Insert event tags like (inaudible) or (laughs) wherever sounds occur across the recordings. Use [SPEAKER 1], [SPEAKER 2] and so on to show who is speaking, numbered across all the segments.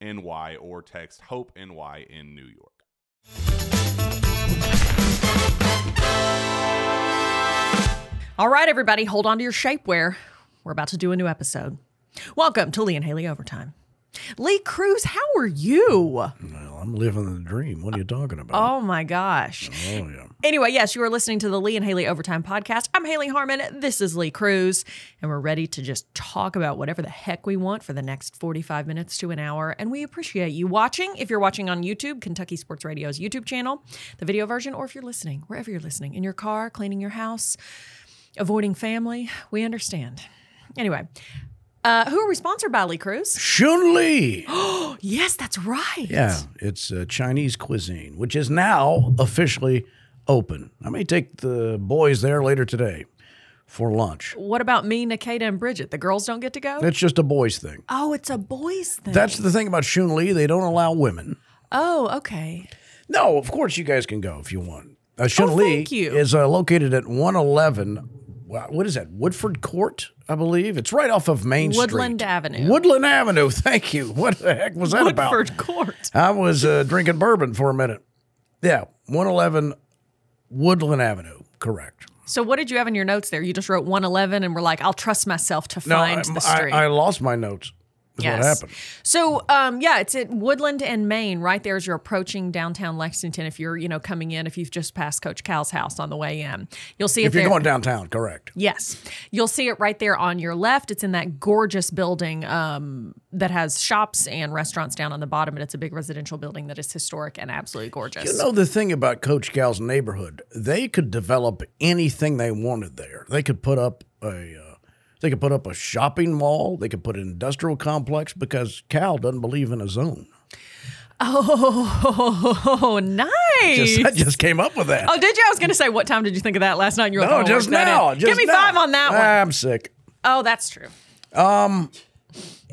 [SPEAKER 1] NY or text Hope NY in New York.
[SPEAKER 2] All right, everybody, hold on to your shapewear. We're about to do a new episode. Welcome to Lee and Haley Overtime. Lee Cruz, how are you?
[SPEAKER 3] Well, I'm living the dream. What are you talking about?
[SPEAKER 2] Oh my gosh.
[SPEAKER 3] Oh, yeah.
[SPEAKER 2] Anyway, yes, you are listening to the Lee and Haley Overtime podcast. I'm Haley Harmon. This is Lee Cruz, and we're ready to just talk about whatever the heck we want for the next 45 minutes to an hour. And we appreciate you watching. If you're watching on YouTube, Kentucky Sports Radio's YouTube channel, the video version, or if you're listening, wherever you're listening, in your car, cleaning your house, avoiding family, we understand. Anyway, uh, who are we sponsored by, Lee Cruz? (gasps)
[SPEAKER 3] Shun Li.
[SPEAKER 2] Yes, that's right.
[SPEAKER 3] Yeah, it's uh, Chinese cuisine, which is now officially open. I may take the boys there later today for lunch.
[SPEAKER 2] What about me, Nikita, and Bridget? The girls don't get to go?
[SPEAKER 3] That's just a boys thing.
[SPEAKER 2] Oh, it's a boys thing.
[SPEAKER 3] That's the thing about Shun Li. They don't allow women.
[SPEAKER 2] oh, okay.
[SPEAKER 3] No, of course you guys can go if you want. Uh, Shun Li
[SPEAKER 2] Oh, thank you.
[SPEAKER 3] is uh, located at 111. wow, What is that? Woodford Court, I believe. It's right off of Main
[SPEAKER 2] Woodland
[SPEAKER 3] Street.
[SPEAKER 2] Avenue.
[SPEAKER 3] Woodland Avenue. Thank you. What the heck was that about?
[SPEAKER 2] Woodford Court.
[SPEAKER 3] I was uh, drinking bourbon for a minute. Yeah, 111 Woodland Avenue. Correct.
[SPEAKER 2] So, what did you have in your notes there? You just wrote 111 and we're like, I'll trust myself to
[SPEAKER 3] No,
[SPEAKER 2] find
[SPEAKER 3] I,
[SPEAKER 2] the
[SPEAKER 3] I,
[SPEAKER 2] street.
[SPEAKER 3] I lost my notes. Is
[SPEAKER 2] Yes.
[SPEAKER 3] what happened.
[SPEAKER 2] So, um, yeah, it's at Woodland and Maine, right there as you're approaching downtown Lexington. If you're, you know, coming in, if you've just passed Coach Cal's house on the way in, you'll see it
[SPEAKER 3] If you're
[SPEAKER 2] there.
[SPEAKER 3] going downtown, correct.
[SPEAKER 2] Yes. You'll see it right there on your left. It's in that gorgeous building um, that has shops and restaurants down on the bottom, and it's a big residential building that is historic and absolutely gorgeous.
[SPEAKER 3] You know the thing about Coach Gal's neighborhood, they could develop anything they wanted there. They could put up a, uh, they could put up a shopping mall. They could put an industrial complex because Cal doesn't believe in his own.
[SPEAKER 2] oh, nice.
[SPEAKER 3] Just, I just came up with that.
[SPEAKER 2] Oh, did you? I was going to say, what time did you think of that last night? And you were like,
[SPEAKER 3] no,
[SPEAKER 2] oh,
[SPEAKER 3] just
[SPEAKER 2] work that
[SPEAKER 3] now.
[SPEAKER 2] in.
[SPEAKER 3] Just
[SPEAKER 2] Give me
[SPEAKER 3] now. Uh,
[SPEAKER 2] five on that one.
[SPEAKER 3] I'm sick.
[SPEAKER 2] Oh, that's true.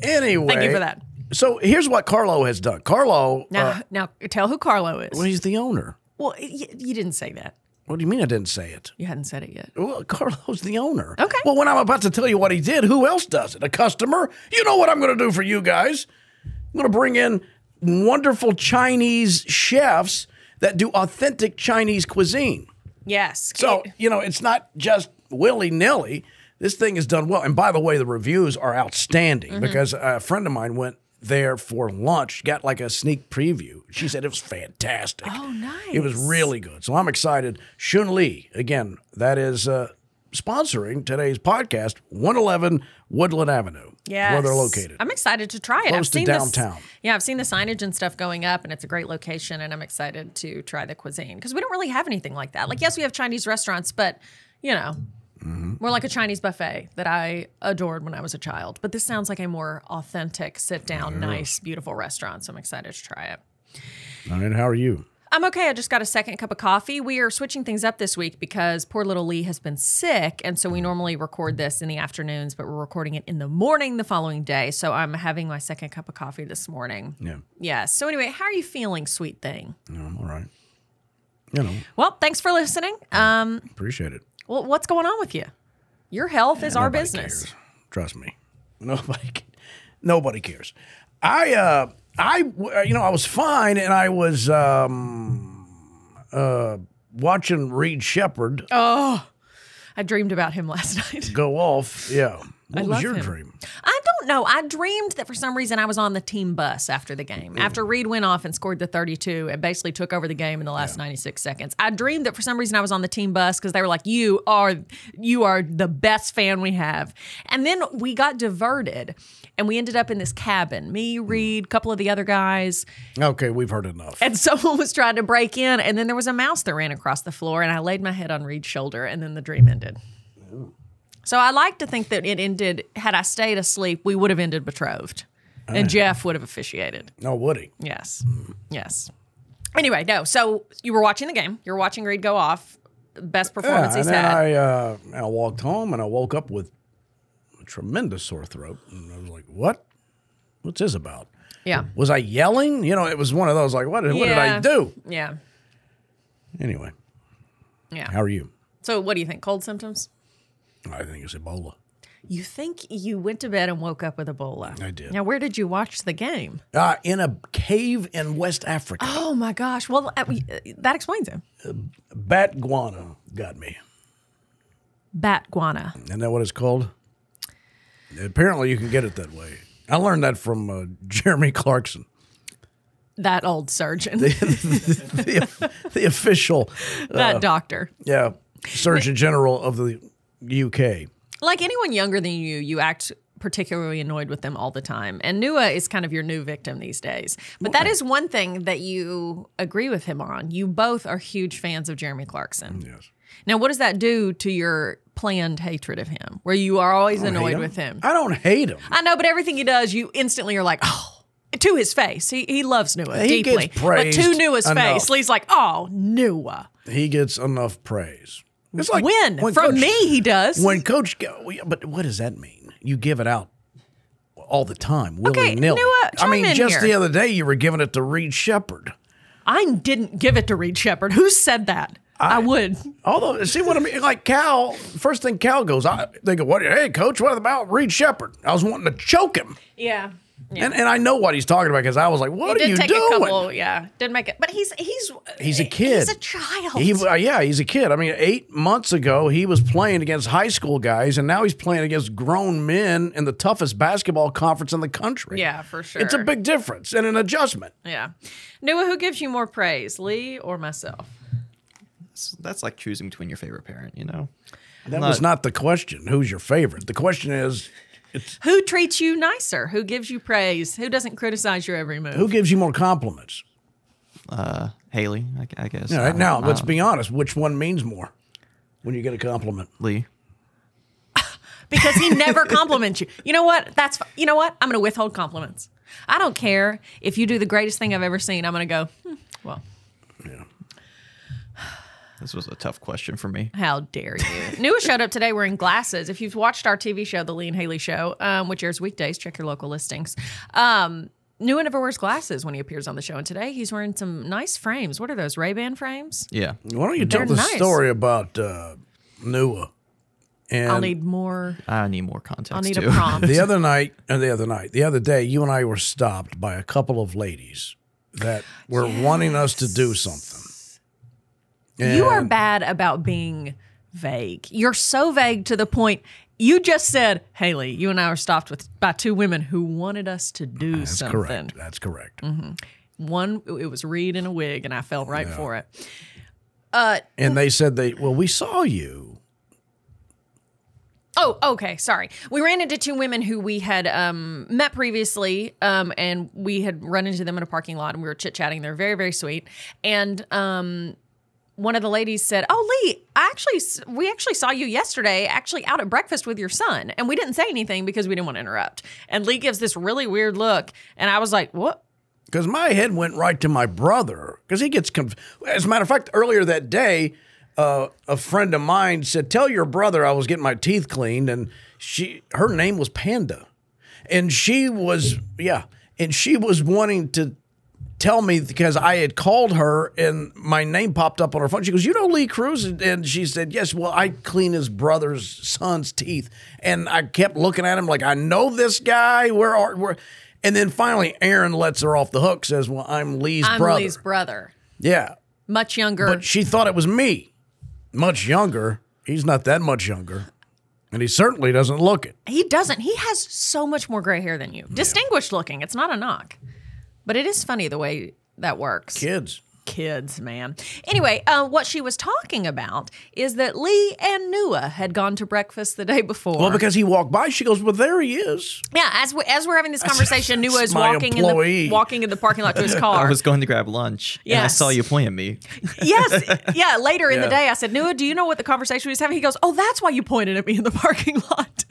[SPEAKER 3] Anyway,
[SPEAKER 2] Thank you for that.
[SPEAKER 3] So here's what Carlo has done. Carlo, uh,
[SPEAKER 2] Now, now tell who Carlo is.
[SPEAKER 3] well, he's the owner.
[SPEAKER 2] well, you, you didn't say that.
[SPEAKER 3] What do you mean I didn't say it?
[SPEAKER 2] You hadn't said it yet.
[SPEAKER 3] Well, Carlo's the owner.
[SPEAKER 2] Okay.
[SPEAKER 3] Well, when I'm about to tell you what he did, who else does it? A customer? You know what I'm going to do for you guys? I'm going to bring in wonderful Chinese chefs that do authentic Chinese cuisine.
[SPEAKER 2] Yes.
[SPEAKER 3] So,
[SPEAKER 2] It-
[SPEAKER 3] you know, it's not just willy nilly. This thing is done well. And by the way, the reviews are outstanding
[SPEAKER 2] Mm-hmm.
[SPEAKER 3] because a friend of mine went there for lunch, got like a sneak preview. She said it was fantastic.
[SPEAKER 2] Oh, nice.
[SPEAKER 3] It was really good. So I'm excited. Shun Lee, again, that is uh, sponsoring today's podcast, 111 Woodland Avenue.
[SPEAKER 2] Yes.
[SPEAKER 3] where they're located.
[SPEAKER 2] I'm excited to try it.
[SPEAKER 3] Close
[SPEAKER 2] I've
[SPEAKER 3] to
[SPEAKER 2] seen
[SPEAKER 3] downtown.
[SPEAKER 2] This, yeah, I've seen the signage and stuff going up, and it's a great location, and I'm excited to try the cuisine because we don't really have anything like that. Like, yes, we have Chinese restaurants, but you know,
[SPEAKER 3] Mm-hmm.
[SPEAKER 2] more like a Chinese buffet that I adored when I was a child. But this sounds like a more authentic, sit down, nice, beautiful restaurant. So I'm excited to try it.
[SPEAKER 3] All right, how are you?
[SPEAKER 2] I'm okay. I just got a second cup of coffee. We are switching things up this week because poor little Lee has been sick. And so we normally record this in the afternoons, but we're recording it in the morning the following day. So I'm having my second cup of coffee this morning.
[SPEAKER 3] Yeah,
[SPEAKER 2] Yes. So, anyway, how are you feeling, sweet thing?
[SPEAKER 3] no, I'm all right. You know,
[SPEAKER 2] Well, thanks for listening. Um,
[SPEAKER 3] appreciate it.
[SPEAKER 2] well, what's going on with you? Your health is our
[SPEAKER 3] Nobody
[SPEAKER 2] business.
[SPEAKER 3] cares. Trust me, (laughs) nobody, ca- nobody cares. I, uh, I, w- you know, I was fine, and I was um, uh, watching Reed Shepard
[SPEAKER 2] Oh. I dreamed about him (laughs) last night.
[SPEAKER 3] go off. Yeah, what was
[SPEAKER 2] love
[SPEAKER 3] your
[SPEAKER 2] him.
[SPEAKER 3] dream?
[SPEAKER 2] I don't know. I dreamed that for some reason I was on the team bus after the game. After Reed went off and scored the 32 and basically took over the game in the last 96 seconds. I dreamed that for some reason I was on the team bus because they were like, "You are you are the best fan we have." And then we got diverted and we ended up in this cabin. Me, Reed, a couple of the other guys,
[SPEAKER 3] Okay, we've heard enough.
[SPEAKER 2] and (laughs) someone was trying to break in and then there was a mouse that ran across the floor and I laid my head on Reed's shoulder and then the dream ended. So I like to think that it ended had I stayed asleep, we would have ended betrothed.
[SPEAKER 3] Oh.
[SPEAKER 2] And Jeff would have officiated.
[SPEAKER 3] No, Woody.
[SPEAKER 2] Yes. Yes. Anyway, no. So you were watching the game. You were watching Reed go off. Best performance
[SPEAKER 3] and
[SPEAKER 2] he's
[SPEAKER 3] then
[SPEAKER 2] had.
[SPEAKER 3] I, uh, I walked home and I woke up with a tremendous sore throat, and I was like, "What? What's this about?"
[SPEAKER 2] yeah.
[SPEAKER 3] Was I yelling? You know, it was one of those like, "What? What did I
[SPEAKER 2] Yeah.
[SPEAKER 3] do?"
[SPEAKER 2] Yeah.
[SPEAKER 3] Anyway,
[SPEAKER 2] Yeah.
[SPEAKER 3] how are you?
[SPEAKER 2] so what do you think? Cold symptoms?
[SPEAKER 3] I think it's Ebola.
[SPEAKER 2] You think you went to bed and woke up with Ebola.
[SPEAKER 3] I did.
[SPEAKER 2] Now where did you watch the game?
[SPEAKER 3] Uh, in a cave in West Africa,
[SPEAKER 2] Oh my gosh. Well, uh, we- uh, that explains it.
[SPEAKER 3] bat guano got me.
[SPEAKER 2] Bat guana.
[SPEAKER 3] Isn't that what it's called? Apparently, you can get it that way. I learned that from uh, (laughs) Jeremy Clarkson,
[SPEAKER 2] That old
[SPEAKER 3] (laughs)
[SPEAKER 2] surgeon. (laughs)
[SPEAKER 3] the, the official, Oh.
[SPEAKER 2] that doctor.
[SPEAKER 3] yeah, Surgeon General of the UK.
[SPEAKER 2] Like anyone younger than you, you act particularly annoyed with them all the time. And Nua is kind of your new victim these days. But that is one thing that you agree with him on. You both are huge fans of Jeremy Clarkson.
[SPEAKER 3] Mm, Yes.
[SPEAKER 2] Now, what does that do to your planned hatred of him, where you are always annoyed
[SPEAKER 3] hate
[SPEAKER 2] with him?
[SPEAKER 3] Oh, I don't hate him.
[SPEAKER 2] I know, but everything he does, you instantly are like, oh. To his face, he, he loves Nua
[SPEAKER 3] He gets
[SPEAKER 2] deeply, but to
[SPEAKER 3] praised
[SPEAKER 2] Nua's
[SPEAKER 3] enough.
[SPEAKER 2] face, Lee's like, "Oh, Nua,
[SPEAKER 3] He gets enough praise. It's like
[SPEAKER 2] win from
[SPEAKER 3] Coach-
[SPEAKER 2] me." He does.
[SPEAKER 3] When Coach, go, well, yeah, but what does that mean? You give it out all the time, willy nilly.
[SPEAKER 2] Noah,
[SPEAKER 3] I
[SPEAKER 2] chime
[SPEAKER 3] mean,
[SPEAKER 2] in
[SPEAKER 3] just
[SPEAKER 2] here.
[SPEAKER 3] the other day you were giving it to Reed Shepard.
[SPEAKER 2] I didn't give it to Reed Shepard. Who said that? I, would.
[SPEAKER 3] Although, see what I mean? Like Cal, first thing Cal goes, I they go, "What? Hey, Coach, what about Reed Shepard?" I was wanting to choke him,
[SPEAKER 2] Yeah.
[SPEAKER 3] and and I know what he's talking about because I was like, "What are you doing?"
[SPEAKER 2] yeah. Didn't make it. But he's he's
[SPEAKER 3] He's a kid.
[SPEAKER 2] He's a child.
[SPEAKER 3] He, uh, yeah, he's a kid. I mean, eight months ago, he was playing against high school guys, and now he's playing against grown men in the toughest basketball conference in the country.
[SPEAKER 2] Yeah, for
[SPEAKER 3] It's a
[SPEAKER 2] sure.
[SPEAKER 3] big difference and an adjustment.
[SPEAKER 2] yeah. Noah, who gives you more praise, Lee or myself?
[SPEAKER 4] That's, that's like choosing between your favorite parent, you know?
[SPEAKER 3] That was not the question. Who's your favorite? The question is
[SPEAKER 2] Who treats you nicer? Who gives you praise? Who doesn't criticize your every move?
[SPEAKER 3] who gives you more compliments?
[SPEAKER 4] Uh, Haley, I, gu- I guess. Uh,
[SPEAKER 3] All right,
[SPEAKER 4] I-
[SPEAKER 3] now
[SPEAKER 4] I
[SPEAKER 3] let's
[SPEAKER 4] don't-
[SPEAKER 3] be honest. Which one means more when you get a compliment?
[SPEAKER 4] Lee.
[SPEAKER 2] because he never
[SPEAKER 3] (laughs)
[SPEAKER 2] compliments you. You know what? That's fi- you know what? I'm going to withhold compliments. I don't care if you do the greatest thing I've ever seen. I'm going to go. Hmm, well,
[SPEAKER 4] This was a tough question for me.
[SPEAKER 2] How dare
[SPEAKER 3] (laughs)
[SPEAKER 2] you? Nua showed up today wearing glasses. If you've watched our TV show, The Lee and Haley Show, um, which airs weekdays, check your local listings. Um, Nua never wears glasses when he appears on the show, and today he's wearing some nice frames. What are those, Ray-Ban frames?
[SPEAKER 4] Yeah.
[SPEAKER 3] Why don't you tell
[SPEAKER 2] They're
[SPEAKER 3] the
[SPEAKER 2] nice.
[SPEAKER 3] story about uh, Nua? And
[SPEAKER 2] I'll need more.
[SPEAKER 4] I need more context.
[SPEAKER 2] I'll need
[SPEAKER 4] too.
[SPEAKER 2] a
[SPEAKER 3] (laughs)
[SPEAKER 2] prompt.
[SPEAKER 3] The other night, uh, the other night, the other day, you and I were stopped by a couple of ladies that were wanting us to do something.
[SPEAKER 2] you are
[SPEAKER 3] And-
[SPEAKER 2] bad about being vague. You're so vague to the point you just said, Haley, you and I were stopped with by two women who wanted us to do
[SPEAKER 3] That's
[SPEAKER 2] something. Mm-hmm.
[SPEAKER 3] correct. That's correct.
[SPEAKER 2] One, it was Reed in a wig, and I fell right for it. Uh,
[SPEAKER 3] And they said they, well, we saw you
[SPEAKER 2] Oh, okay. Sorry. We ran into two women who we had um, met previously, um, and we had run into them in a parking lot, and we were chit chatting. They're very, very sweet. And um, one of the ladies said, "Oh, Lee, I actually, s- we actually saw you yesterday, actually out at breakfast with your son, and we didn't say anything because we didn't want to interrupt." And Lee gives this really weird look, and I was like, "What?"
[SPEAKER 3] Because my head went right to my brother. Because he gets conf- As a matter of fact, earlier that day, uh, a friend of mine said, "Tell your brother I was getting my teeth cleaned," and she, her name was Panda, and she was, yeah, and she was wanting to tell me because I had called her and my name popped up on her phone. She goes, "You know Lee Cruz?" And she said, "Yes, well, I clean his brother's son's teeth." And I kept looking at him like, "I know this guy. Where are where?" And then finally, Aaron lets her off the hook. Says, "Well, I'm Lee's
[SPEAKER 2] I'm
[SPEAKER 3] brother."
[SPEAKER 2] Lee's brother,
[SPEAKER 3] yeah,
[SPEAKER 2] much younger.
[SPEAKER 3] but she thought it was me. Much younger. He's not that much younger, and he certainly doesn't look it.
[SPEAKER 2] He doesn't. He has so much more gray hair than you. Distinguished looking. It's not a knock. But it is funny the way that works.
[SPEAKER 3] Kids.
[SPEAKER 2] Kids, man. Anyway, uh, what she was talking about is that Lee and Nua had gone to breakfast the day before.
[SPEAKER 3] Well, because he walked by, she goes, "Well, there he is."
[SPEAKER 2] yeah, as we, as we're having this
[SPEAKER 3] (laughs)
[SPEAKER 2] conversation, Nua is
[SPEAKER 3] my
[SPEAKER 2] walking in
[SPEAKER 3] employee.
[SPEAKER 2] the walking in the parking lot to
[SPEAKER 3] (laughs)
[SPEAKER 2] his
[SPEAKER 4] (laughs) I
[SPEAKER 2] car.
[SPEAKER 4] was going to grab lunch, and I
[SPEAKER 2] Yes.
[SPEAKER 4] saw you point
[SPEAKER 2] (laughs)
[SPEAKER 4] at me.
[SPEAKER 2] yes, yeah. Later in the
[SPEAKER 3] Yeah.
[SPEAKER 2] day, I said, Nua, do you know what the conversation we was having? He goes, Oh, that's why you pointed at me in the (laughs) parking lot.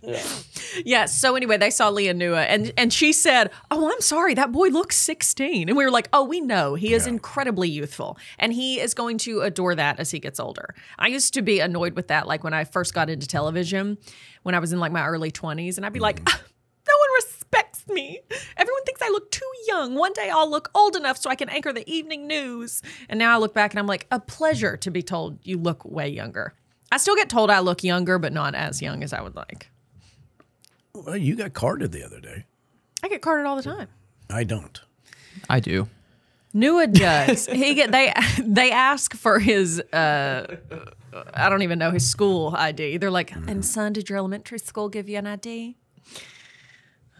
[SPEAKER 2] Yes. so anyway, they saw Leah Nua, and and she said, Oh, I'm sorry, that boy looks 16, and we were like, Oh, we know he is incredibly youthful, and he is going to adore that as he gets older. I used to be annoyed with that, like when I first got into television, when I was in like my early 20s, and I'd be like. (laughs) No one respects me. Everyone thinks I look too young. One day I'll look old enough so I can anchor the evening news. And now I look back and I'm like, a pleasure to be told you look way younger. I still get told I look younger, but not as young as I would like.
[SPEAKER 3] Well, you got carded the other day.
[SPEAKER 2] I get carded all the time.
[SPEAKER 3] I don't.
[SPEAKER 4] I do.
[SPEAKER 2] (laughs) Nua does. he get they they ask for his uh I don't even know his school ID. They're like, and son, did your elementary school give you an ID?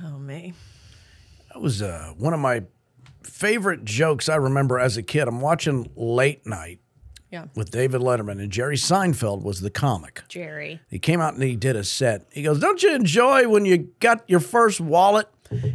[SPEAKER 2] Oh me.
[SPEAKER 3] That was uh, one of my favorite jokes I remember as a kid. I'm watching Late Night
[SPEAKER 2] Yeah.
[SPEAKER 3] with David Letterman, and Jerry Seinfeld was the comic.
[SPEAKER 2] Jerry.
[SPEAKER 3] He came out and he did a set. He goes, Don't you enjoy when you got your first wallet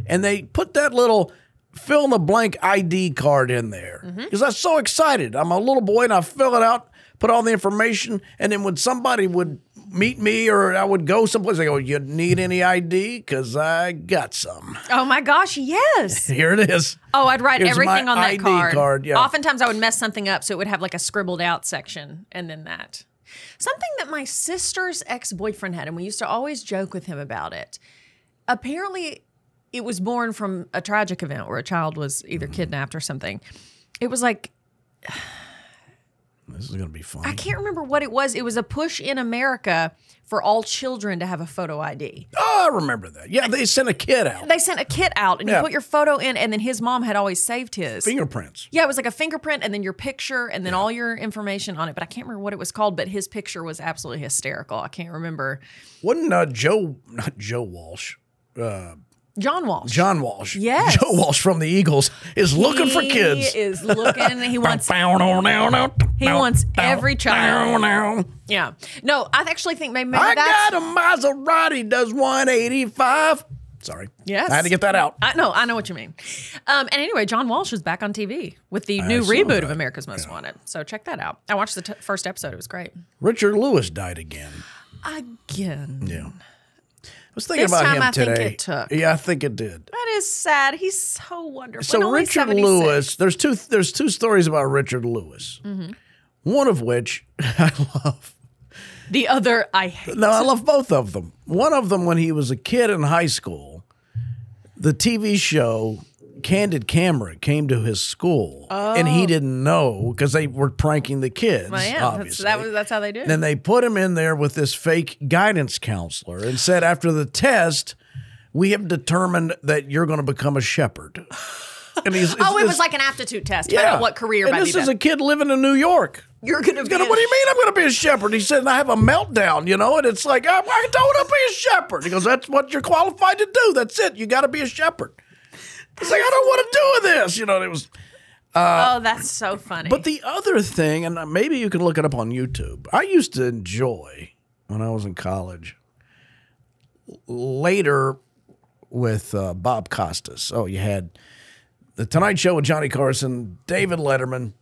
[SPEAKER 3] and they put that little fill in the blank ID card in there? Because I was so excited. I'm a little boy and I fill it out, put all the information, and then when somebody would meet me or I would go someplace, they go, You need any ID? Because I got some. (laughs)
[SPEAKER 2] Oh my gosh, (laughs) yes.
[SPEAKER 3] Here it is.
[SPEAKER 2] Oh, I'd write
[SPEAKER 3] Here's
[SPEAKER 2] everything
[SPEAKER 3] my
[SPEAKER 2] on that
[SPEAKER 3] ID
[SPEAKER 2] card.
[SPEAKER 3] card, yeah.
[SPEAKER 2] Oftentimes I would mess something up so it would have like a scribbled out section and then that. Something that my sister's ex boyfriend had, and we used to always joke with him about it. Apparently, it was born from a tragic event where a child was either
[SPEAKER 3] Mm-hmm.
[SPEAKER 2] kidnapped or something. It was like
[SPEAKER 3] This is going to be fun.
[SPEAKER 2] I can't remember what it was. It was a push in America for all children to have a photo ID.
[SPEAKER 3] Oh, I remember that. Yeah, they sent a kid out.
[SPEAKER 2] They sent a kit out and you
[SPEAKER 3] Yeah.
[SPEAKER 2] put your photo in, and then his mom had always saved his.
[SPEAKER 3] Fingerprints.
[SPEAKER 2] Yeah, it was like a fingerprint and then your picture and then all your information on it. But I can't remember what it was called, but his picture was absolutely hysterical. I can't remember.
[SPEAKER 3] Wasn't uh, Joe, not Joe Walsh,
[SPEAKER 2] John Walsh.
[SPEAKER 3] John Walsh.
[SPEAKER 2] Yes.
[SPEAKER 3] Joe Walsh from the Eagles is looking for kids.
[SPEAKER 2] He is looking.
[SPEAKER 3] (laughs)
[SPEAKER 2] He wants.
[SPEAKER 3] He
[SPEAKER 2] He wants every child. Yeah. No, I actually think maybe
[SPEAKER 3] I
[SPEAKER 2] that's.
[SPEAKER 3] got a Maserati does 185. Sorry.
[SPEAKER 2] Yes.
[SPEAKER 3] I had to get that out.
[SPEAKER 2] I know, I know what you mean. Um, and anyway, John Walsh is back on TV with the new
[SPEAKER 3] saw
[SPEAKER 2] reboot
[SPEAKER 3] that.
[SPEAKER 2] of America's Most Wanted. So check that out. I watched the t- first episode; it was great.
[SPEAKER 3] Richard Lewis died again.
[SPEAKER 2] Again,
[SPEAKER 3] Yeah. I was thinking
[SPEAKER 2] This
[SPEAKER 3] about
[SPEAKER 2] time
[SPEAKER 3] him
[SPEAKER 2] I think
[SPEAKER 3] today.
[SPEAKER 2] it took.
[SPEAKER 3] Yeah, I think it did.
[SPEAKER 2] that is sad. He's so wonderful.
[SPEAKER 3] So
[SPEAKER 2] And only
[SPEAKER 3] Richard
[SPEAKER 2] 76.
[SPEAKER 3] Lewis, there's two there's two stories about Richard Lewis.
[SPEAKER 2] Mm-hmm.
[SPEAKER 3] One of which (laughs) I love.
[SPEAKER 2] the other I hate.
[SPEAKER 3] No, I love both of them. One of them when he was a kid in high school, the TV show Candid Camera came to his school and he didn't know because they were pranking the kids.
[SPEAKER 2] Oh. Well, yeah, that's,
[SPEAKER 3] obviously.
[SPEAKER 2] that was that's how they do. it.
[SPEAKER 3] then they put him in there with this fake guidance counselor and said after the test, we have determined that you're going to become a shepherd. And he's,
[SPEAKER 2] (laughs) oh, it
[SPEAKER 3] it's-
[SPEAKER 2] was like an aptitude test. Yeah.
[SPEAKER 3] yeah.
[SPEAKER 2] what career
[SPEAKER 3] And
[SPEAKER 2] might
[SPEAKER 3] this
[SPEAKER 2] be
[SPEAKER 3] is
[SPEAKER 2] better.
[SPEAKER 3] a kid living in New York.
[SPEAKER 2] You're gonna
[SPEAKER 3] He's
[SPEAKER 2] be.
[SPEAKER 3] gonna,
[SPEAKER 2] a-
[SPEAKER 3] what do you mean I'm going to be a shepherd? He said, and I have a meltdown, you know? And it's like, I, I don't want to be a shepherd. He goes, that's what you're qualified to do. That's it. You got to be a shepherd. It's like, I don't want to do this. You know, and it was.
[SPEAKER 2] oh, that's so funny.
[SPEAKER 3] But the other thing, and maybe you can look it up on YouTube, I used to enjoy when I was in college later with uh, Bob Costas. Oh, you had the Tonight Show with Johnny Carson, David Letterman,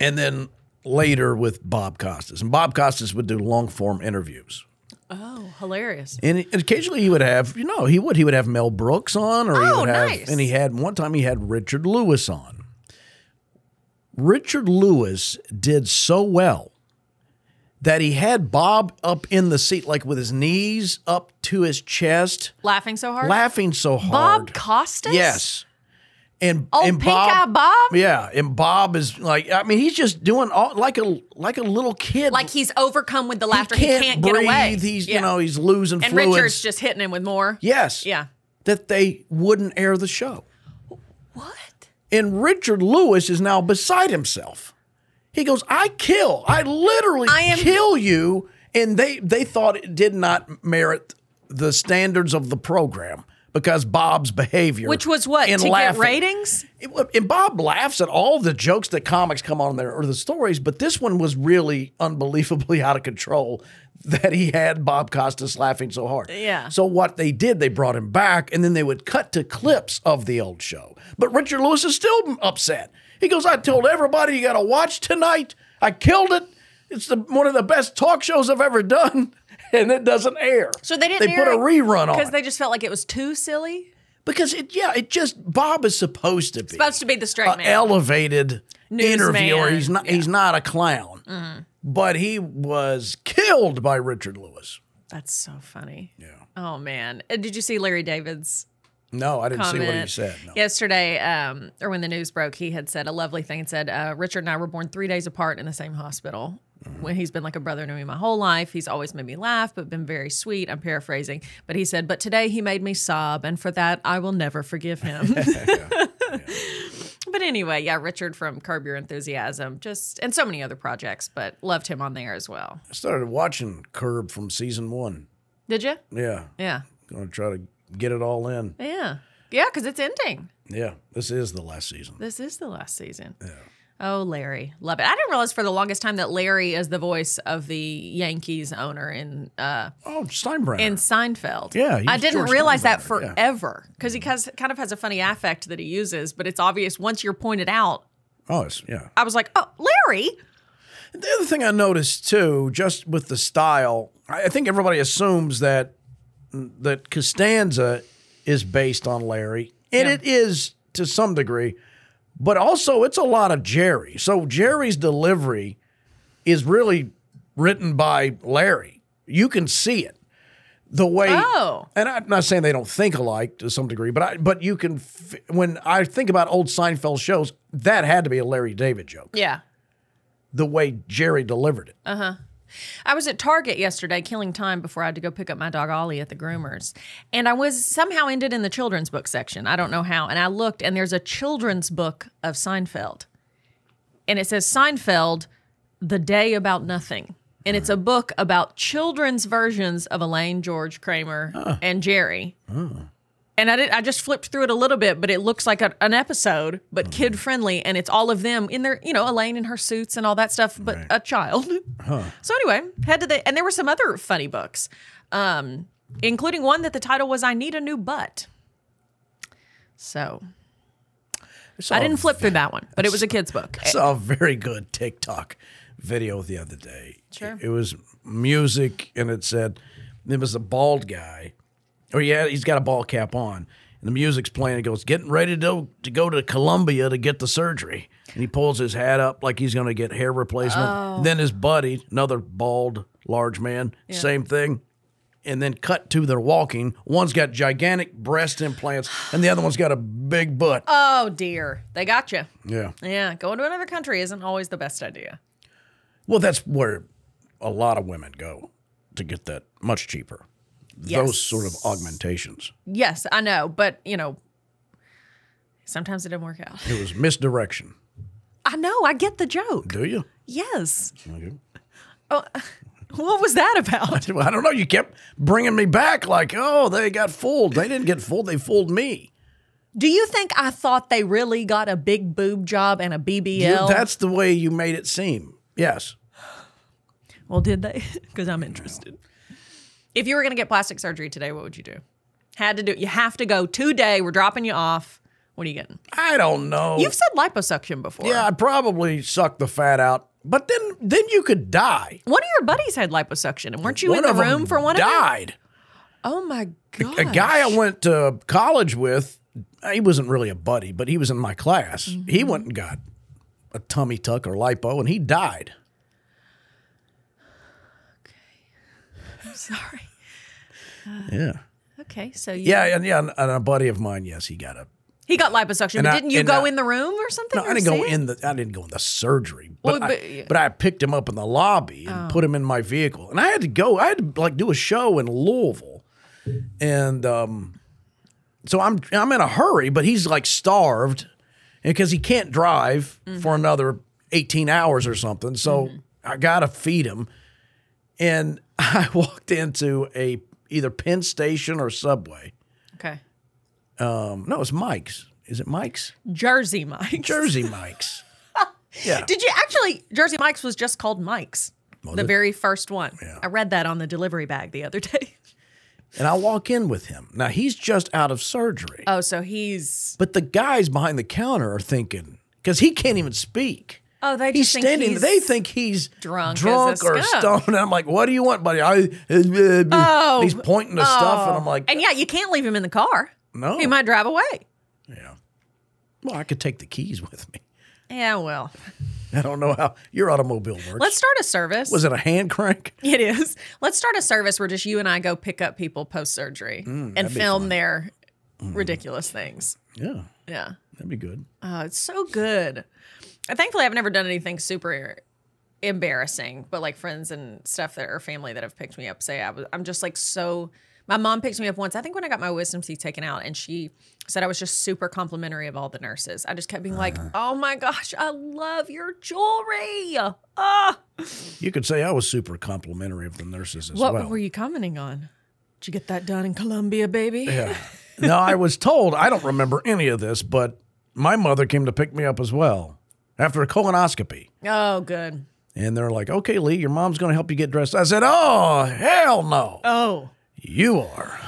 [SPEAKER 3] and then later with Bob Costas. And Bob Costas would do long form interviews.
[SPEAKER 2] Oh, hilarious.
[SPEAKER 3] And occasionally he would have, you know, he would he would have Mel Brooks on, or he
[SPEAKER 2] Oh,
[SPEAKER 3] would have,
[SPEAKER 2] nice.
[SPEAKER 3] and he had one time he had Richard Lewis on. Richard Lewis did so well that he had Bob up in the seat, like with his knees up to his chest,
[SPEAKER 2] Laughing so hard.
[SPEAKER 3] laughing so
[SPEAKER 2] Bob
[SPEAKER 3] hard.
[SPEAKER 2] Costas?
[SPEAKER 3] Yes. And
[SPEAKER 2] Oh,
[SPEAKER 3] and
[SPEAKER 2] Pink Eye Bob?
[SPEAKER 3] Yeah, and Bob is like, I mean, he's just doing all like a like a little kid,
[SPEAKER 2] Like he's overcome with the laughter. He
[SPEAKER 3] can't
[SPEAKER 2] can't, get
[SPEAKER 3] breathe.
[SPEAKER 2] away.
[SPEAKER 3] He's
[SPEAKER 2] Yeah.
[SPEAKER 3] you know he's losing
[SPEAKER 2] and
[SPEAKER 3] fluids.
[SPEAKER 2] Richard's just hitting him with more.
[SPEAKER 3] Yes.
[SPEAKER 2] Yeah.
[SPEAKER 3] That they wouldn't air the show.
[SPEAKER 2] What?
[SPEAKER 3] And Richard Lewis is now beside himself. He goes, I kill. I literally
[SPEAKER 2] I am-
[SPEAKER 3] kill you. And they, they thought it did not merit the standards of the program because Bob's behavior.
[SPEAKER 2] Which was what?
[SPEAKER 3] in
[SPEAKER 2] to
[SPEAKER 3] laughing-
[SPEAKER 2] get ratings?
[SPEAKER 3] It wa- And Bob laughs at all the jokes that comics come on there or the stories, but this one was really unbelievably (laughs) out of control that he had Bob Costas laughing so hard.
[SPEAKER 2] Yeah.
[SPEAKER 3] So what they did, they brought him back, and then they would cut to clips of the old show. But Richard Lewis is still upset. He goes, "I told everybody you got to watch tonight. I killed it. It's the, one of the best talk shows I've ever done." (laughs) And it doesn't air.
[SPEAKER 2] So they didn't
[SPEAKER 3] They put a rerun on
[SPEAKER 2] Because
[SPEAKER 3] it.
[SPEAKER 2] they just felt like it was too silly.
[SPEAKER 3] because it, yeah, it just Bob is supposed to be
[SPEAKER 2] Supposed to be the straight
[SPEAKER 3] a
[SPEAKER 2] man.
[SPEAKER 3] elevated
[SPEAKER 2] Newsman, Mm-hmm.
[SPEAKER 3] interviewer. He's not he's not a clown. But he was killed by Richard Lewis.
[SPEAKER 2] That's so funny. Yeah. Oh man. Uh, Did you see Larry David's
[SPEAKER 3] No, I didn't see what he
[SPEAKER 2] comment
[SPEAKER 3] said. No.
[SPEAKER 2] yesterday um, or when the news broke he had said a lovely thing and said uh, richard and i were born three days apart in the same hospital when he's been like a brother to me my whole life he's always made me laugh but been very sweet i'm paraphrasing but he said but today he made me sob and for that i will never forgive
[SPEAKER 3] (laughs)
[SPEAKER 2] him but anyway yeah richard from curb your enthusiasm just and so many other projects but loved him on there as well
[SPEAKER 3] I started watching Curb from season one.
[SPEAKER 2] did you
[SPEAKER 3] Yeah.
[SPEAKER 2] yeah
[SPEAKER 3] Gonna try to get it all in.
[SPEAKER 2] yeah yeah because it's ending
[SPEAKER 3] Yeah. This is the last season.
[SPEAKER 2] This is the last season. Oh, Larry. Love it. I didn't realize for the longest time that Larry is the voice of the Yankees owner in uh,
[SPEAKER 3] Oh, Steinbrenner.
[SPEAKER 2] in Seinfeld.
[SPEAKER 3] Yeah, he
[SPEAKER 2] I
[SPEAKER 3] was
[SPEAKER 2] didn't
[SPEAKER 3] George
[SPEAKER 2] realize that
[SPEAKER 3] Steinbrenner, yeah.
[SPEAKER 2] forever because he has, kind of has a funny affect that he uses, but it's obvious once you're pointed out.
[SPEAKER 3] oh, it's, yeah.
[SPEAKER 2] I was like, oh, Larry.
[SPEAKER 3] The other thing I noticed too, just with the style, I I think everybody assumes that that Costanza is based on Larry, and it is to some degree, but also it's a lot of Jerry. So Jerry's delivery is really written by Larry. You can see it the way.
[SPEAKER 2] Oh.
[SPEAKER 3] and I'm not saying they don't think alike to some degree, but I but you can f- when I think about old Seinfeld shows, that had to be a Larry David joke.
[SPEAKER 2] Yeah.
[SPEAKER 3] The way Jerry delivered it.
[SPEAKER 2] I was at Target yesterday killing time before I had to go pick up my dog Ollie at the groomers. And I was somehow ended in the children's book section. I don't know how. And I looked and there's a children's book of Seinfeld. And it says Seinfeld, The Day About Nothing. And it's a book about children's versions of Elaine, George, Kramer, and Jerry. And I, did, I just flipped through it a little bit, but it looks like a, an episode, but kid friendly. And it's all of them in their, you know, Elaine in her suits and all that stuff, but a child. (laughs) So anyway, head to the, and there were some other funny books, um, including one that the title was I Need a New Butt. So
[SPEAKER 3] saw
[SPEAKER 2] I didn't
[SPEAKER 3] a-
[SPEAKER 2] flip through that one, but it was a kid's book.
[SPEAKER 3] I saw a very good TikTok video the other day.
[SPEAKER 2] Sure.
[SPEAKER 3] It, was music, and it said it was a bald guy, or yeah, he's got a ball cap on, and the music's playing. It goes, getting ready to to go to Columbia to get the surgery, and he pulls his hat up like he's going to get hair replacement.
[SPEAKER 2] Oh.
[SPEAKER 3] Then his buddy, another bald large man, same thing. And then cut to their walking. One's got gigantic breast implants, and the other one's got a big butt.
[SPEAKER 2] Oh dear, they got you.
[SPEAKER 3] yeah.
[SPEAKER 2] Yeah, going to another country isn't always the best idea.
[SPEAKER 3] Well, that's where a lot of women go to get that much cheaper.
[SPEAKER 2] Yes.
[SPEAKER 3] Those sort of augmentations.
[SPEAKER 2] Yes, I know, but you know, sometimes it didn't work out.
[SPEAKER 3] It was misdirection.
[SPEAKER 2] I know, I get the joke.
[SPEAKER 3] Do you?
[SPEAKER 2] Yes.
[SPEAKER 3] Okay. (laughs)
[SPEAKER 2] Oh, what was that about?
[SPEAKER 3] Well, I don't know. You kept bringing me back like, oh, they got fooled. They didn't get fooled. They fooled me.
[SPEAKER 2] Do you think I thought they really got a big boob job and a BBL?
[SPEAKER 3] You- that's the way you made it seem. Yes.
[SPEAKER 2] (laughs) Well, did they? Because I'm interested. If you were going to get plastic surgery today, what would you do? Had to do You have to go today. We're dropping you off. What are you getting?
[SPEAKER 3] I don't know.
[SPEAKER 2] You've said liposuction before.
[SPEAKER 3] Oh. yeah, I probably suck the fat out, but then then you could die.
[SPEAKER 2] One of your buddies had liposuction, and weren't you
[SPEAKER 3] one
[SPEAKER 2] in
[SPEAKER 3] of
[SPEAKER 2] the
[SPEAKER 3] them
[SPEAKER 2] room for one of them?
[SPEAKER 3] died.
[SPEAKER 2] Oh my god!
[SPEAKER 3] A guy I went to college with, uh, he wasn't really a buddy, but he was in my class. He went and got a tummy tuck or lipo, and he died.
[SPEAKER 2] (laughs) Sorry.
[SPEAKER 3] Yeah,
[SPEAKER 2] Okay, so you,
[SPEAKER 3] yeah, and yeah, and a buddy of mine, yes, he got a.
[SPEAKER 2] he got liposuction.
[SPEAKER 3] And
[SPEAKER 2] But
[SPEAKER 3] I-
[SPEAKER 2] didn't you
[SPEAKER 3] and
[SPEAKER 2] go
[SPEAKER 3] I-
[SPEAKER 2] in the room or something?
[SPEAKER 3] No, I
[SPEAKER 2] or
[SPEAKER 3] didn't go
[SPEAKER 2] see it?
[SPEAKER 3] in the. I didn't go in the surgery, but,
[SPEAKER 2] Well,
[SPEAKER 3] I,
[SPEAKER 2] but- Oh.
[SPEAKER 3] but I picked him up in the lobby and put him in my vehicle, and I had to go. I had to like do a show in Louisville, and um, so I'm I'm in a hurry, but he's like starved because he can't drive
[SPEAKER 2] Mm-hmm.
[SPEAKER 3] for another 18 hours or something. So I gotta feed him, and (laughs) I walked into a either Penn Station or Subway.
[SPEAKER 2] Okay,
[SPEAKER 3] Um, no, it's Mike's. Is
[SPEAKER 2] (laughs)
[SPEAKER 3] it Mike's?
[SPEAKER 2] Jersey Mike's.
[SPEAKER 3] Jersey Mike's. Yeah.
[SPEAKER 2] (laughs) Did you actually? Jersey Mike's was just called Mike's, the very first one. I read that on the delivery bag the other (laughs) day.
[SPEAKER 3] and I walk in with him. Now he's just out of surgery,
[SPEAKER 2] Oh, so he's
[SPEAKER 3] but the guys behind the counter are thinking because he can't even speak.
[SPEAKER 2] oh they
[SPEAKER 3] He's
[SPEAKER 2] just think
[SPEAKER 3] standing.
[SPEAKER 2] he's-
[SPEAKER 3] they think he's
[SPEAKER 2] drunk as a
[SPEAKER 3] or
[SPEAKER 2] skunk.
[SPEAKER 3] stoned. And I'm like, "What do you want, buddy?" I, oh, he's pointing to stuff, and I'm like, Oh.
[SPEAKER 2] and yeah, you can't leave him in the car.
[SPEAKER 3] "No,
[SPEAKER 2] He might drive away.
[SPEAKER 3] yeah." Well, I could take the keys with me. (laughs)
[SPEAKER 2] Yeah, well,
[SPEAKER 3] I don't know how your automobile works.
[SPEAKER 2] let's start a service.
[SPEAKER 3] Was it a hand crank?
[SPEAKER 2] (laughs) It is. Let's start a service where just you and I go pick up people post
[SPEAKER 3] Mm,
[SPEAKER 2] surgery and film their ridiculous things.
[SPEAKER 3] Yeah,
[SPEAKER 2] Yeah.
[SPEAKER 3] that'd be good.
[SPEAKER 2] Oh, it's so good. And thankfully, I've never done anything super embarrassing, but like friends and stuff that are family that have picked me up say I was, I'm just like so. My mom picked me up once, I think when I got my wisdom teeth taken out, and she said I was just super complimentary of all the nurses. I just kept being like,
[SPEAKER 3] Uh.
[SPEAKER 2] oh my gosh, I love your jewelry. Ah.
[SPEAKER 3] You could say I was super complimentary of the nurses as
[SPEAKER 2] What
[SPEAKER 3] well.
[SPEAKER 2] were you commenting on? Did you get that done in Colombia, baby?
[SPEAKER 3] Yeah. No, I was told, I don't remember any of this, but my mother came to pick me up as well after a colonoscopy.
[SPEAKER 2] Oh, good.
[SPEAKER 3] And they're like, okay, Lee, your mom's going to help you get dressed. I said, oh, hell no. (laughs)
[SPEAKER 2] Oh.
[SPEAKER 3] You are.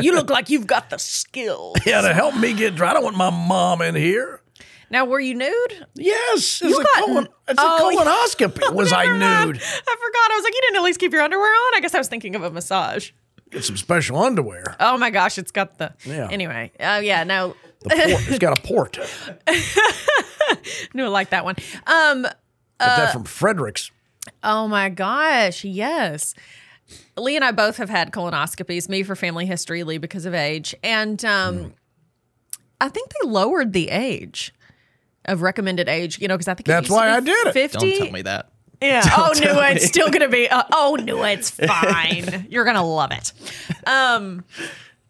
[SPEAKER 2] you look like you've got the skill.
[SPEAKER 3] Yeah, to help me get dressed. I don't want my mom in here.
[SPEAKER 2] Now, were you nude?
[SPEAKER 3] Yes, it's, a,
[SPEAKER 2] got-
[SPEAKER 3] colon,
[SPEAKER 2] (laughs)
[SPEAKER 3] it's
[SPEAKER 2] Oh,
[SPEAKER 3] a colonoscopy. Was I
[SPEAKER 2] Never mind.
[SPEAKER 3] nude?
[SPEAKER 2] I forgot. I was like, you didn't at least keep your underwear on? I guess I was thinking of a massage.
[SPEAKER 3] Get some special underwear.
[SPEAKER 2] Oh my gosh, it's got the.
[SPEAKER 3] Yeah.
[SPEAKER 2] Anyway, oh yeah, no,
[SPEAKER 3] The port, it's got a port. Get
[SPEAKER 2] knew I liked that one. Um,
[SPEAKER 3] that from Fredericks.
[SPEAKER 2] Oh my gosh, yes. Lee and I both have had colonoscopies, me for family history, Lee because of age. And um,
[SPEAKER 3] Hmm.
[SPEAKER 2] I think they lowered the age of recommended age, you know, because I think it
[SPEAKER 3] That's
[SPEAKER 2] used to
[SPEAKER 3] why
[SPEAKER 2] be
[SPEAKER 3] I did it.
[SPEAKER 2] 50.
[SPEAKER 4] Don't tell me that.
[SPEAKER 2] Yeah. oh,
[SPEAKER 4] tell
[SPEAKER 2] no,
[SPEAKER 4] me.
[SPEAKER 2] it's still going to be, uh, oh, no,
[SPEAKER 4] (laughs)
[SPEAKER 2] it's fine. You're going to love it. Um,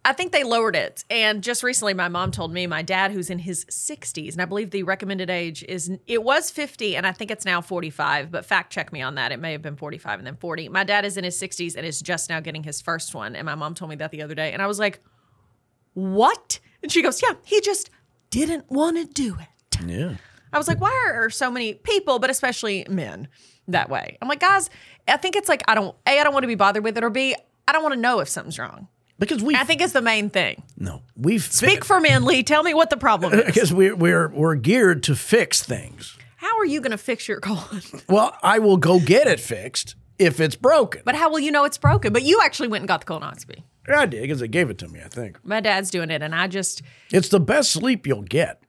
[SPEAKER 2] I think they lowered it. And just recently, my mom told me my dad, who's in his 60s, and I believe the recommended age is, it was 50, and I think it's now 45, but fact check me on that. It may have been 45 and then 40. My dad is in his 60s and is just now getting his first one. And my mom told me that the other day. And I was like, what? And she goes, yeah, he just didn't want to do it.
[SPEAKER 3] Yeah.
[SPEAKER 2] I was like, why are so many people, but especially men, that way? I'm like, guys, I think it's like I don't a I don't want to be bothered with it, or b I don't want to know if something's wrong.
[SPEAKER 3] Because we,
[SPEAKER 2] I think it's the main thing.
[SPEAKER 3] no, we've
[SPEAKER 2] Speak for men, Lee. Tell me what the problem
[SPEAKER 3] (laughs)
[SPEAKER 2] is.
[SPEAKER 3] Because we're, we're, we're geared to fix things.
[SPEAKER 2] How are you going to fix your (laughs) colon?
[SPEAKER 3] Well, I will go get it fixed if it's broken.
[SPEAKER 2] But how will you know it's broken? But you actually went and got the colonoscopy.
[SPEAKER 3] I did because they gave it to me. I think
[SPEAKER 2] My dad's doing it, and I just
[SPEAKER 3] it's the best sleep you'll get.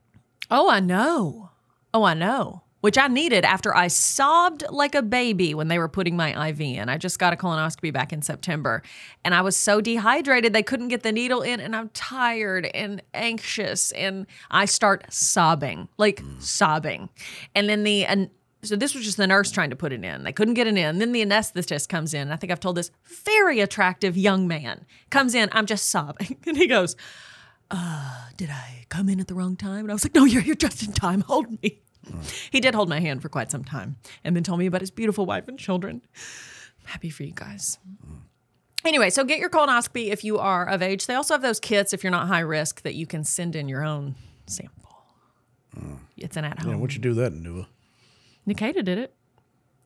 [SPEAKER 2] oh I know, oh I know. Which I needed after I sobbed like a baby when they were putting my IV in. I just got a colonoscopy back in September and I was so dehydrated they couldn't get the needle in and I'm tired and anxious and I start sobbing, like sobbing. And then the and so this was just the nurse trying to put it in. They couldn't get it in. Then the anesthetist comes in. I think I've told this very attractive young man comes in. I'm just sobbing. (laughs) And he goes, did I come in at the wrong time? And I was like, no, you're here just in time. (laughs) Hold me. He did hold my hand for quite some time and then told me about his beautiful wife and children. I'm happy for you guys. Anyway, so get your colonoscopy if you are of age. They also have those kits if you're not high risk that you can send in your own sample. It's an at home.
[SPEAKER 3] Why don't you do that, Nua?
[SPEAKER 2] Nikita did it.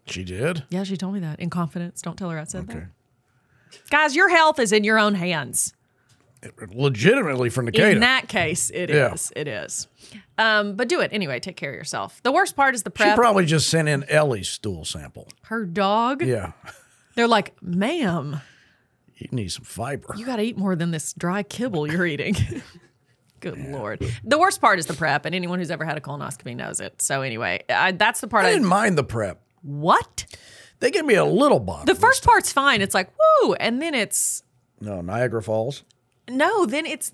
[SPEAKER 3] She did.
[SPEAKER 2] Yeah, she told me that in confidence. Don't tell her I said that. Guys, your health is in your own hands.
[SPEAKER 3] Legitimately from
[SPEAKER 2] In
[SPEAKER 3] Decatur.
[SPEAKER 2] that case, it is.
[SPEAKER 3] Yeah.
[SPEAKER 2] It is. Um, but do it anyway. Take care of yourself. The worst part is the
[SPEAKER 3] she
[SPEAKER 2] prep.
[SPEAKER 3] probably just sent in Ellie's stool sample.
[SPEAKER 2] Her dog.
[SPEAKER 3] Yeah.
[SPEAKER 2] They're like, ma'am,
[SPEAKER 3] You need some fiber.
[SPEAKER 2] you got to eat more than this dry kibble you're eating. (laughs) Good lord. The worst part is the prep, and anyone who's ever had a colonoscopy knows it. So anyway, I, that's the part
[SPEAKER 3] I
[SPEAKER 2] I,
[SPEAKER 3] didn't mind the prep.
[SPEAKER 2] what.
[SPEAKER 3] They gave me a little bottle.
[SPEAKER 2] The first part's fine. It's like woo, and then it's
[SPEAKER 3] no, Niagara Falls.
[SPEAKER 2] no. Then it's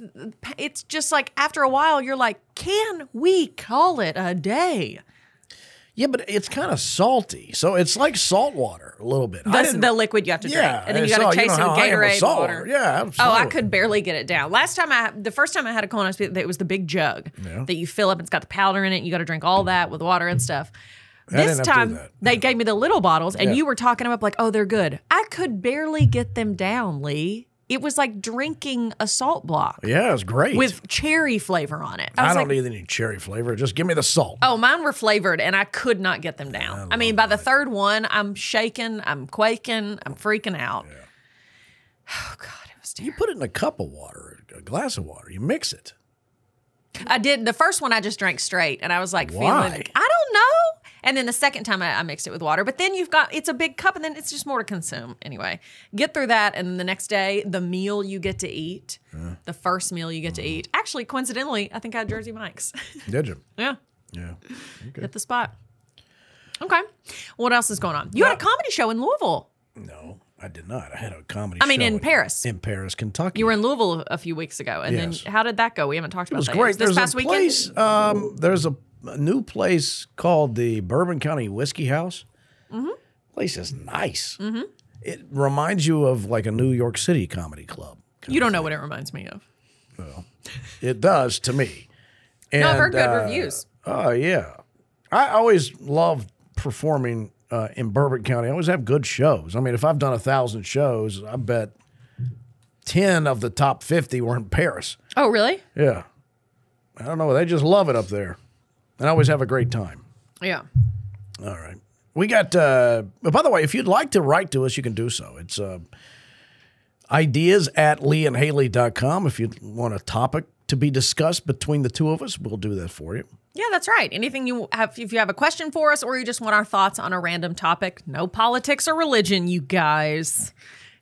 [SPEAKER 2] it's just like after a while, you're like, can we call it a day?
[SPEAKER 3] Yeah, but it's kind of salty. So it's like salt water a little bit. I
[SPEAKER 2] That's
[SPEAKER 3] didn't-
[SPEAKER 2] the liquid you have to
[SPEAKER 3] yeah,
[SPEAKER 2] drink, and then you
[SPEAKER 3] it's
[SPEAKER 2] got
[SPEAKER 3] all-
[SPEAKER 2] to chase
[SPEAKER 3] know
[SPEAKER 2] it with
[SPEAKER 3] how I am with
[SPEAKER 2] Gatorade
[SPEAKER 3] salt
[SPEAKER 2] water.
[SPEAKER 3] Yeah,
[SPEAKER 2] Oh, I
[SPEAKER 3] absolutely.
[SPEAKER 2] could barely get it down. Last time I, the first time I had a colonoscopy, it was the big jug that you fill up. It's got the powder in it. You got to drink all that with water and stuff.
[SPEAKER 3] didn't
[SPEAKER 2] This
[SPEAKER 3] have to do
[SPEAKER 2] time
[SPEAKER 3] that.
[SPEAKER 2] they gave me the little bottles, and
[SPEAKER 3] Yeah.
[SPEAKER 2] you were talking about like, oh, they're good. I could barely get them down, Lee. It was like drinking a salt block
[SPEAKER 3] Yeah, it's great.
[SPEAKER 2] with cherry flavor on it. I
[SPEAKER 3] I,
[SPEAKER 2] was
[SPEAKER 3] don't e-
[SPEAKER 2] like,
[SPEAKER 3] need any cherry flavor. Just give me the salt.
[SPEAKER 2] oh, mine were flavored, and I could not get them down. I, mean, by the third one, I'm shaking, I'm quaking, I'm freaking out. (sighs) Oh God, it was terrible.
[SPEAKER 3] You put it in a cup of water, a glass of water. You mix it.
[SPEAKER 2] I did the first one. I just drank straight, and I was like
[SPEAKER 3] Why?
[SPEAKER 2] feeling. I don't know. And then the second time, I, I mixed it with water. But then you've got it's a big cup, and then it's just more to consume. Anyway, get through that, and the next day, the meal you get to eat, the first meal you get
[SPEAKER 3] Mm-hmm.
[SPEAKER 2] to eat. Actually, coincidentally, I think I had Jersey Mike's. (laughs)
[SPEAKER 3] Did you?
[SPEAKER 2] yeah,
[SPEAKER 3] Yeah.
[SPEAKER 2] hit the spot. Okay, what else is going on? You had a comedy show in Louisville.
[SPEAKER 3] No, I did not. I had a comedy.
[SPEAKER 2] I mean,
[SPEAKER 3] show
[SPEAKER 2] in Paris.
[SPEAKER 3] In Paris, Kentucky.
[SPEAKER 2] You were in Louisville a few weeks ago, and
[SPEAKER 3] Yes.
[SPEAKER 2] then how did that go? We haven't talked
[SPEAKER 3] It
[SPEAKER 2] about
[SPEAKER 3] was
[SPEAKER 2] that. This
[SPEAKER 3] great. There's
[SPEAKER 2] past
[SPEAKER 3] a
[SPEAKER 2] weekend.
[SPEAKER 3] place. Um, there's a, a new place called the Bourbon County Whiskey House.
[SPEAKER 2] Mm-hmm.
[SPEAKER 3] Place is nice. It reminds you of like a New York City comedy club.
[SPEAKER 2] You don't know what it reminds me of.
[SPEAKER 3] It does to me. And,
[SPEAKER 2] No, I've heard good
[SPEAKER 3] uh,
[SPEAKER 2] reviews.
[SPEAKER 3] Oh yeah, I always love performing uh, in Bourbon County. I always have good shows. I mean, if I've done a thousand shows, I bet ten of the top fifty were in Paris.
[SPEAKER 2] Oh, really?
[SPEAKER 3] Yeah, I don't know. They just love it up there, and I always have a great time.
[SPEAKER 2] Yeah.
[SPEAKER 3] All right. We got, uh, but by the way, if you'd like to write to us, you can do so. It's uh, ideas at leeandhaley.com. If you want a topic to be discussed between the two of us, we'll do that for you.
[SPEAKER 2] Yeah, that's right. Anything you have, if you have a question for us or you just want our thoughts on a random topic, no politics or religion, you guys.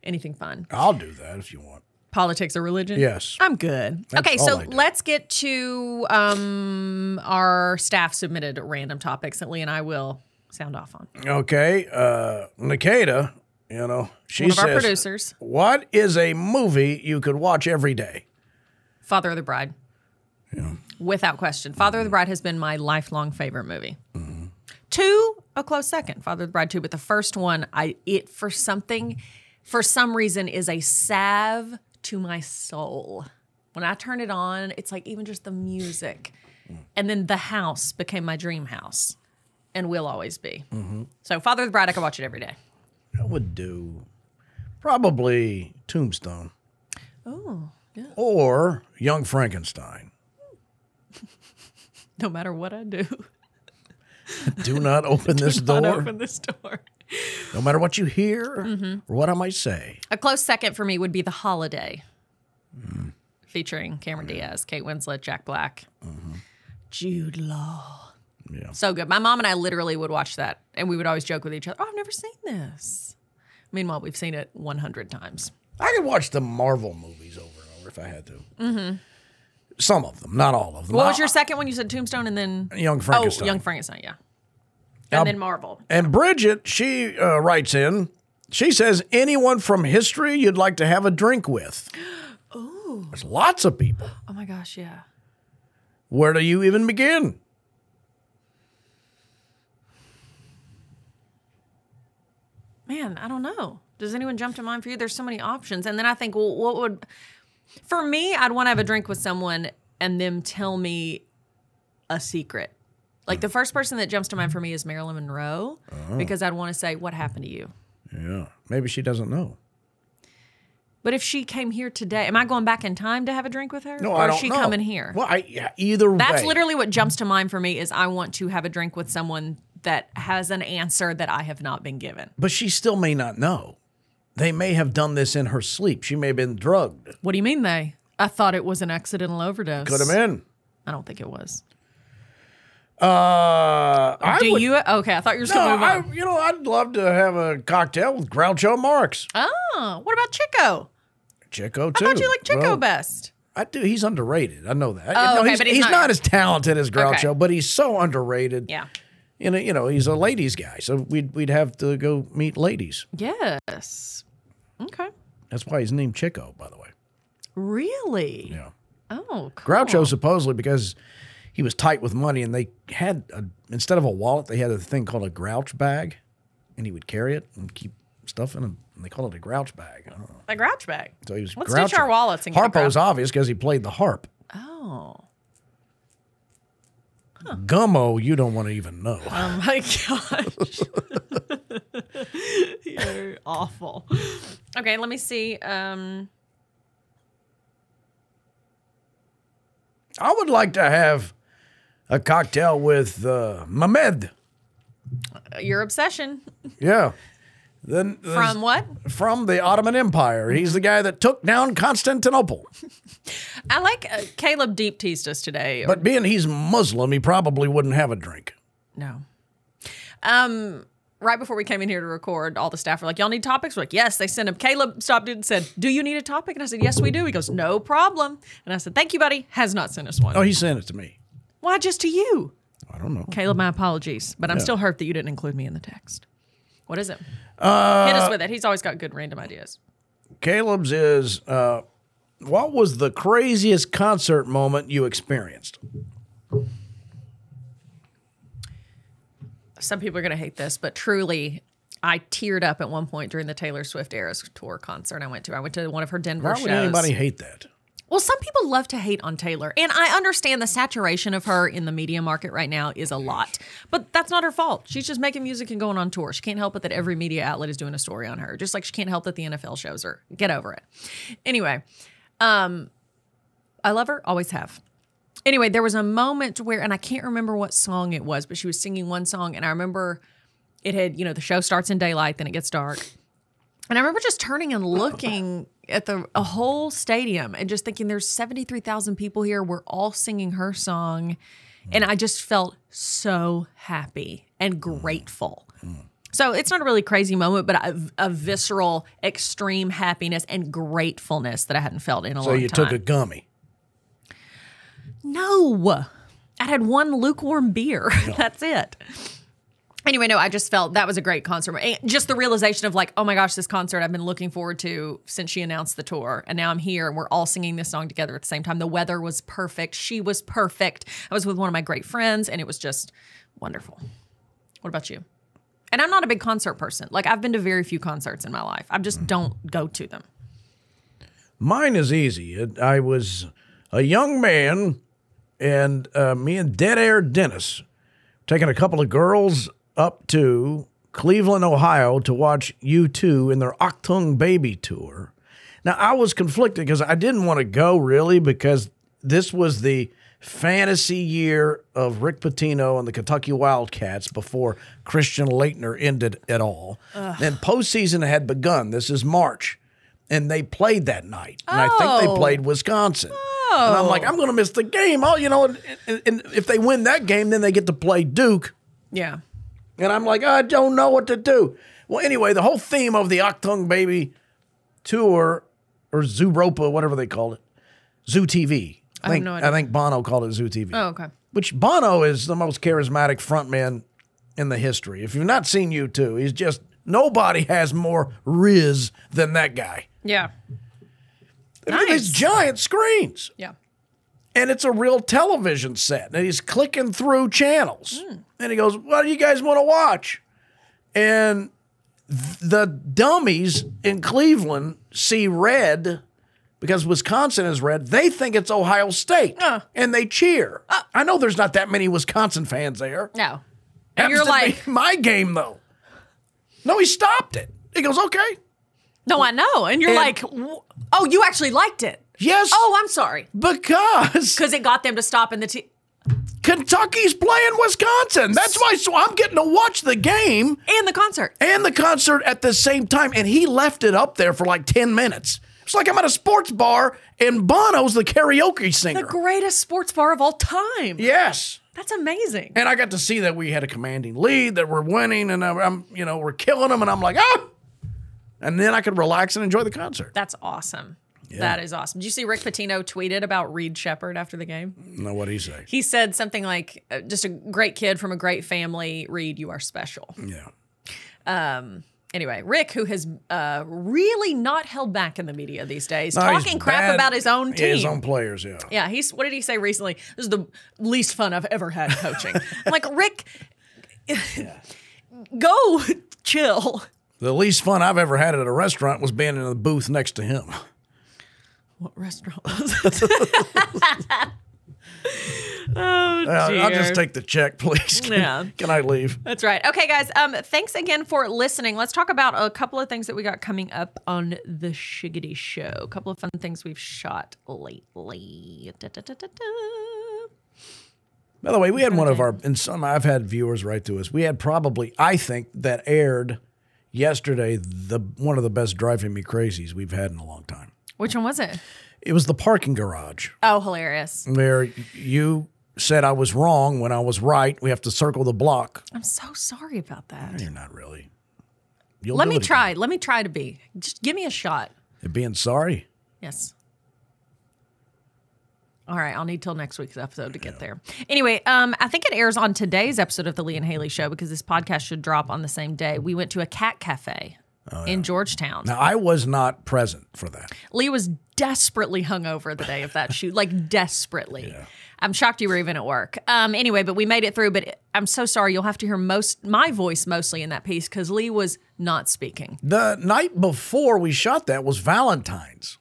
[SPEAKER 2] Anything fun?
[SPEAKER 3] I'll do that if you want.
[SPEAKER 2] Politics or religion?
[SPEAKER 3] Yes.
[SPEAKER 2] I'm good. okay,
[SPEAKER 3] all
[SPEAKER 2] so
[SPEAKER 3] I do.
[SPEAKER 2] let's get to um, our staff submitted random topics that Lee and I will sound off on.
[SPEAKER 3] Okay. Uh, Nikita, you know, she
[SPEAKER 2] One of our
[SPEAKER 3] says,
[SPEAKER 2] producers,
[SPEAKER 3] What is a movie you could watch every day?
[SPEAKER 2] Father of the Bride. Without question. Father of the Bride has been my lifelong favorite movie. Two, a close second, Father of the Bride 2, but the first one, I it for something, for some reason, is a salve to my soul. When I turn it on, it's like even just the music. And then the house became my dream house and will always be. So, Father of the Bride, I could watch it every day. (laughs)
[SPEAKER 3] I would do probably Tombstone. Oh, yeah. Or Young Frankenstein.
[SPEAKER 2] No matter what I do,
[SPEAKER 3] Do
[SPEAKER 2] (laughs)
[SPEAKER 3] not open this
[SPEAKER 2] I'll
[SPEAKER 3] door.
[SPEAKER 2] open Mm-hmm. this door.
[SPEAKER 3] No matter what you hear or what I might say.
[SPEAKER 2] A close second for me would be The Holiday,
[SPEAKER 3] Mm-hmm.
[SPEAKER 2] featuring Cameron Diaz, Kate Winslet, Jack Black, Jude Law.
[SPEAKER 3] Mm-hmm. Yeah.
[SPEAKER 2] So good. My mom and I literally would watch that, and we would always joke with each other, Oh, I've never seen this. Meanwhile, we've seen it 100 times.
[SPEAKER 3] I could watch the Marvel movies over and over if I had to. Mm-hmm. Some of them, not all of them.
[SPEAKER 2] What was
[SPEAKER 3] I-
[SPEAKER 2] your second one? You said Tombstone and then
[SPEAKER 3] Young Frankenstein.
[SPEAKER 2] Oh, Young Frankenstein, yeah. And then Marvel.
[SPEAKER 3] and Bridget, she uh, writes in. She says, anyone from history you'd like to have a drink with? Ooh. There's lots of people.
[SPEAKER 2] Oh my gosh, yeah.
[SPEAKER 3] Where do you even begin?
[SPEAKER 2] man, I don't know. Does anyone jump to mind for you? There's so many options. And then I think, well, what would, for me, I'd want to have a drink with someone and them tell me a secret. Like the first person that jumps to mind for me is Marilyn Monroe
[SPEAKER 3] Oh.
[SPEAKER 2] because I'd want to say, what happened to you?
[SPEAKER 3] Yeah. Maybe she doesn't know.
[SPEAKER 2] But if she came here today, am I going back in time to have a drink with her?
[SPEAKER 3] No,
[SPEAKER 2] or
[SPEAKER 3] I
[SPEAKER 2] is
[SPEAKER 3] don't
[SPEAKER 2] she
[SPEAKER 3] know.
[SPEAKER 2] coming here?
[SPEAKER 3] Well, I, yeah, either way.
[SPEAKER 2] That's literally what jumps to mind for me is I want to have a drink with someone that has an answer that I have not been given.
[SPEAKER 3] But she still may not know. They may have done this in her sleep. She may have been drugged.
[SPEAKER 2] What do you mean they? I thought it was an accidental overdose.
[SPEAKER 3] Could have been.
[SPEAKER 2] I don't think it was.
[SPEAKER 3] Uh, I
[SPEAKER 2] do
[SPEAKER 3] would-
[SPEAKER 2] you? Okay, I thought you were just
[SPEAKER 3] No,
[SPEAKER 2] going to move
[SPEAKER 3] I,
[SPEAKER 2] on.
[SPEAKER 3] you know, I'd love to have a cocktail with Groucho Marx.
[SPEAKER 2] Oh, what about Chico?
[SPEAKER 3] Chico,
[SPEAKER 2] I
[SPEAKER 3] too.
[SPEAKER 2] thought you like Chico
[SPEAKER 3] Well,
[SPEAKER 2] best.
[SPEAKER 3] I do. He's underrated. I know that.
[SPEAKER 2] Oh,
[SPEAKER 3] No,
[SPEAKER 2] okay,
[SPEAKER 3] he's,
[SPEAKER 2] but he's not-
[SPEAKER 3] not, as talented as Groucho,
[SPEAKER 2] Okay.
[SPEAKER 3] but he's so underrated.
[SPEAKER 2] Yeah.
[SPEAKER 3] You know, you know, he's a ladies guy, so we'd we'd have to go meet ladies.
[SPEAKER 2] Yes. Okay.
[SPEAKER 3] That's why he's named Chico, by the way.
[SPEAKER 2] Really?
[SPEAKER 3] Yeah.
[SPEAKER 2] Oh, cool.
[SPEAKER 3] Groucho supposedly because he was tight with money, and they had a, instead of a wallet, they had a thing called a grouch bag, and he would carry it and keep stuff in him. And they call it a grouch bag. I don't know.
[SPEAKER 2] a grouch bag.
[SPEAKER 3] So he was
[SPEAKER 2] Let's ditch our
[SPEAKER 3] grouching.
[SPEAKER 2] wallets and get a
[SPEAKER 3] Harpo's obvious because he played the harp.
[SPEAKER 2] Oh.
[SPEAKER 3] Gummo, you don't want to even know.
[SPEAKER 2] Oh my (laughs) gosh. (laughs) You're awful. Okay, let me see. Um
[SPEAKER 3] I would like to have a cocktail with uh, Mehmed.
[SPEAKER 2] your obsession
[SPEAKER 3] Yeah. Then
[SPEAKER 2] from what?
[SPEAKER 3] from the Ottoman Empire. He's the guy that took down Constantinople.
[SPEAKER 2] I like uh, Caleb deep teased us today.
[SPEAKER 3] But being he's Muslim, he probably wouldn't have a drink.
[SPEAKER 2] no. Um right before we came in here to record, all the staff were like, "Y'all need topics?" We're like, "Yes." They sent him. Caleb stopped it and said, "Do you need a topic?" And I said, "Yes, we do." He goes, "No problem." And I said, "Thank you, buddy." Has not sent us one.
[SPEAKER 3] Oh, he sent it to me.
[SPEAKER 2] Why just to you?
[SPEAKER 3] I don't know.
[SPEAKER 2] Caleb, my apologies, but I'm still hurt that you didn't include me in the text. What is it?
[SPEAKER 3] Uh,
[SPEAKER 2] Hit us with it. He's always got good random ideas.
[SPEAKER 3] Caleb's is uh, what was the craziest concert moment you experienced?
[SPEAKER 2] Some people are going to hate this, but truly, I teared up at one point during the Taylor Swift Eras Tour concert I went to. I went to one of her Denver
[SPEAKER 3] Why
[SPEAKER 2] shows.
[SPEAKER 3] would anybody hate that?
[SPEAKER 2] Well, some people love to hate on Taylor, and I understand the saturation of her in the media market right now is a lot. But that's not her fault. She's just making music and going on tour. She can't help it that every media outlet is doing a story on her, just like she can't help that the NFL shows her. Get over it. Anyway, um, I love her, always have. Anyway, there was a moment where, and I can't remember what song it was, but she was singing one song, and I remember it had, you know, the show starts in daylight, then it gets dark. And I remember just turning and looking at the a whole stadium and just thinking there's 73,000 people here. We're all singing her song. And I just felt so happy and grateful. So it's not a really crazy moment, but a, a visceral, extreme happiness and gratefulness that I hadn't felt in a
[SPEAKER 3] So
[SPEAKER 2] long
[SPEAKER 3] you
[SPEAKER 2] time.
[SPEAKER 3] took a gummy.
[SPEAKER 2] No. I had one lukewarm beer. (laughs) That's it. Anyway, no, I just felt that was a great concert. And just the realization of like, oh my gosh, this concert I've been looking forward to since she announced the tour. And now I'm here and we're all singing this song together at the same time. The weather was perfect. She was perfect. I was with one of my great friends and it was just wonderful. What about you? And I'm not a big concert person. Like I've been to very few concerts in my life. I just don't go to them.
[SPEAKER 3] Mine is easy. It, I was a young man, and uh, me and Dead Air Dennis taking a couple of girls up to Cleveland, Ohio to watch U2 in their Octung Baby Tour. Now, I was conflicted because I didn't want to go really because this was the fantasy year of Rick Pitino and the Kentucky Wildcats before Christian Leitner ended it all. And postseason had begun. This is March. And they played that night. And I think
[SPEAKER 2] Oh.
[SPEAKER 3] they played Wisconsin. And I'm like, I'm going to miss the game. Oh, you know, and, and, and if they win that game, then they get to play Duke.
[SPEAKER 2] Yeah.
[SPEAKER 3] And I'm like, I don't know what to do. Well, anyway, the whole theme of the Octung Baby tour or Zoo Ropa, whatever they called it, Zoo TV. I,
[SPEAKER 2] have
[SPEAKER 3] think,
[SPEAKER 2] no idea.
[SPEAKER 3] I think Bono called it Zoo TV.
[SPEAKER 2] Oh, okay.
[SPEAKER 3] Which Bono is the most charismatic frontman in the history. If you've not seen you two, he's just nobody has more riz than that guy.
[SPEAKER 2] Yeah.
[SPEAKER 3] Look at
[SPEAKER 2] Nice.
[SPEAKER 3] These giant screens.
[SPEAKER 2] Yeah.
[SPEAKER 3] and it's a real television set. And he's clicking through channels.
[SPEAKER 2] Hmm.
[SPEAKER 3] And he goes, What do you guys want to watch? And th- the dummies in Cleveland see red because Wisconsin is red. They think it's Ohio State and they cheer. I know there's not that many Wisconsin fans there.
[SPEAKER 2] Uh. No.
[SPEAKER 3] Happens
[SPEAKER 2] you're
[SPEAKER 3] to be
[SPEAKER 2] like-
[SPEAKER 3] (laughs) My game, though. No, he stopped it. He goes, Okay.
[SPEAKER 2] No, I know. And you're
[SPEAKER 3] And-
[SPEAKER 2] like, "Wh- oh, you actually liked it.
[SPEAKER 3] Yes.
[SPEAKER 2] Oh, I'm sorry.
[SPEAKER 3] because
[SPEAKER 2] Because it got them to stop in the. T-
[SPEAKER 3] Kentucky's playing Wisconsin. That's why so I'm getting to watch the game
[SPEAKER 2] And the concert.
[SPEAKER 3] and the concert at the same time. And he left it up there for like 10 minutes. It's like I'm at a sports bar and Bono's the karaoke
[SPEAKER 2] The
[SPEAKER 3] singer.
[SPEAKER 2] greatest sports bar of all time.
[SPEAKER 3] yes.
[SPEAKER 2] That's amazing.
[SPEAKER 3] And I got to see that we had a commanding lead, that we're winning, and I'm, I'm- you know, we're killing them. And I'm like, oh! And then I could relax and enjoy the concert.
[SPEAKER 2] That's awesome. That is awesome. Did you see Rick Pitino tweeted about Reed Shepard after the game?
[SPEAKER 3] know what he say?
[SPEAKER 2] He said something like, uh, just a great kid from a great family. Reed, you are special.
[SPEAKER 3] Yeah.
[SPEAKER 2] Anyway, Rick, who has uh, really not held back in the media these days,
[SPEAKER 3] No, Ah, he's
[SPEAKER 2] talking crap
[SPEAKER 3] bad-
[SPEAKER 2] about his own
[SPEAKER 3] yeah,
[SPEAKER 2] team.
[SPEAKER 3] his own players, yeah.
[SPEAKER 2] Yeah, he's what did he say recently? This is the least fun I've ever had coaching. I'm
[SPEAKER 3] (laughs)
[SPEAKER 2] like, Rick, go chill.
[SPEAKER 3] The least fun I've ever had at a restaurant was being in the booth next to him.
[SPEAKER 2] What restaurant was it?
[SPEAKER 3] (laughs)
[SPEAKER 2] (laughs) oh,
[SPEAKER 3] Uh, I'll
[SPEAKER 2] dear.
[SPEAKER 3] just take the check, (laughs) please. Can,
[SPEAKER 2] Yeah.
[SPEAKER 3] can I leave?
[SPEAKER 2] That's right. Okay, guys. Um, thanks again for listening. Let's talk about a couple of things that we got coming up on the Shiggity Show. A couple of fun things we've shot lately. Da, da, da, da, da.
[SPEAKER 3] By the way, we had one of our, and some I've had viewers write to us. We had probably, I think, that aired yesterday, the one of the best driving me crazies we've had in a long time.
[SPEAKER 2] Which one was it?
[SPEAKER 3] It was the parking garage
[SPEAKER 2] Oh, hilarious!
[SPEAKER 3] where you said I was wrong when I was right. We have to circle the block.
[SPEAKER 2] I'm so sorry about that.
[SPEAKER 3] You're not really. You'll
[SPEAKER 2] Let
[SPEAKER 3] do
[SPEAKER 2] me
[SPEAKER 3] it again.
[SPEAKER 2] try. Let me try to be. Just give me a shot.
[SPEAKER 3] Being sorry.
[SPEAKER 2] Yes. All right, I'll need till next week's episode to get there. Anyway, um, I think it airs on today's episode of the Lee and Haley Show because this podcast should drop on the same day. We went to a cat cafe in Georgetown.
[SPEAKER 3] Oh, Now I was not present for that.
[SPEAKER 2] Lee was desperately hungover the day of that shoot,
[SPEAKER 3] (laughs)
[SPEAKER 2] like desperately. I'm shocked you were even at work. Um, anyway, but we made it through. But I'm so sorry. You'll have to hear most my voice mostly in that piece because Lee was not speaking.
[SPEAKER 3] The night before we shot that was Valentine's.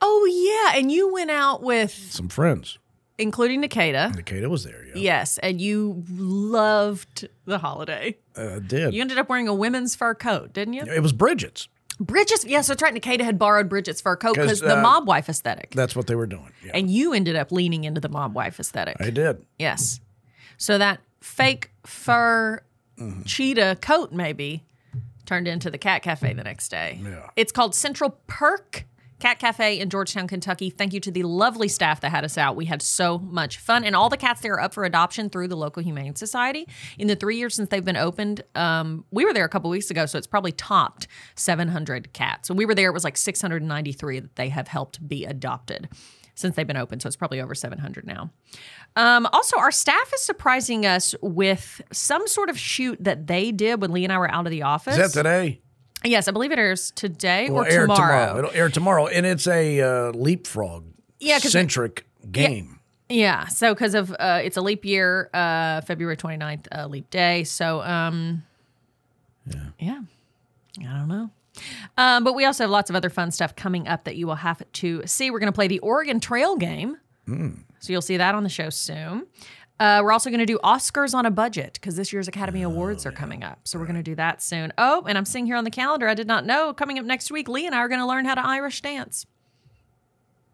[SPEAKER 2] Oh yeah, and you went out with
[SPEAKER 3] Some friends.
[SPEAKER 2] including Nikita.
[SPEAKER 3] Nikita was there. Yeah,
[SPEAKER 2] Yes, and you loved the holiday.
[SPEAKER 3] Uh, did.
[SPEAKER 2] You ended up wearing a women's fur coat, didn't you?
[SPEAKER 3] it was Bridget's.
[SPEAKER 2] Bridget's, yes, that's right. Nikita had borrowed Bridget's fur coat
[SPEAKER 3] 'Cause,
[SPEAKER 2] because the
[SPEAKER 3] uh,
[SPEAKER 2] mob wife aesthetic.
[SPEAKER 3] That's what they were doing. Yeah.
[SPEAKER 2] And you ended up leaning into the mob wife aesthetic.
[SPEAKER 3] I did.
[SPEAKER 2] Yes. So that fake fur cheetah coat, maybe, turned into the Cat Cafe the next day.
[SPEAKER 3] Yeah.
[SPEAKER 2] It's called Central Perk Cat Cafe in Georgetown, Kentucky. Thank you to the lovely staff that had us out. We had so much fun. And all the cats there are up for adoption through the local Humane Society. In the three years since they've been opened, um, we were there a couple weeks ago, so it's probably topped 700 cats. When we were there, it was like 693 that they have helped be adopted since they've been open. So it's probably over 700 now. Um, also, our staff is surprising us with some sort of shoot that they did when Lee and I were out of the office.
[SPEAKER 3] Is that today?
[SPEAKER 2] Yes, I believe it airs today
[SPEAKER 3] It'll
[SPEAKER 2] or
[SPEAKER 3] air
[SPEAKER 2] tomorrow.
[SPEAKER 3] It'll air tomorrow, and it's a uh, leapfrog
[SPEAKER 2] Yeah, 'cause-
[SPEAKER 3] centric game.
[SPEAKER 2] Yeah, so because of uh, it's a leap year, uh, February 29th, uh, leap day. So, um, yeah. I don't know. Um, but we also have lots of other fun stuff coming up that you will have to see. We're going to play the Oregon Trail game. So you'll see that on the show soon. Uh, we're also going to do Oscars on a budget because this year's Academy Awards are coming up. So we're going to do that soon. Oh, and I'm seeing here on the calendar, I did not know, coming up next week, Lee and I are going to learn how to Irish dance.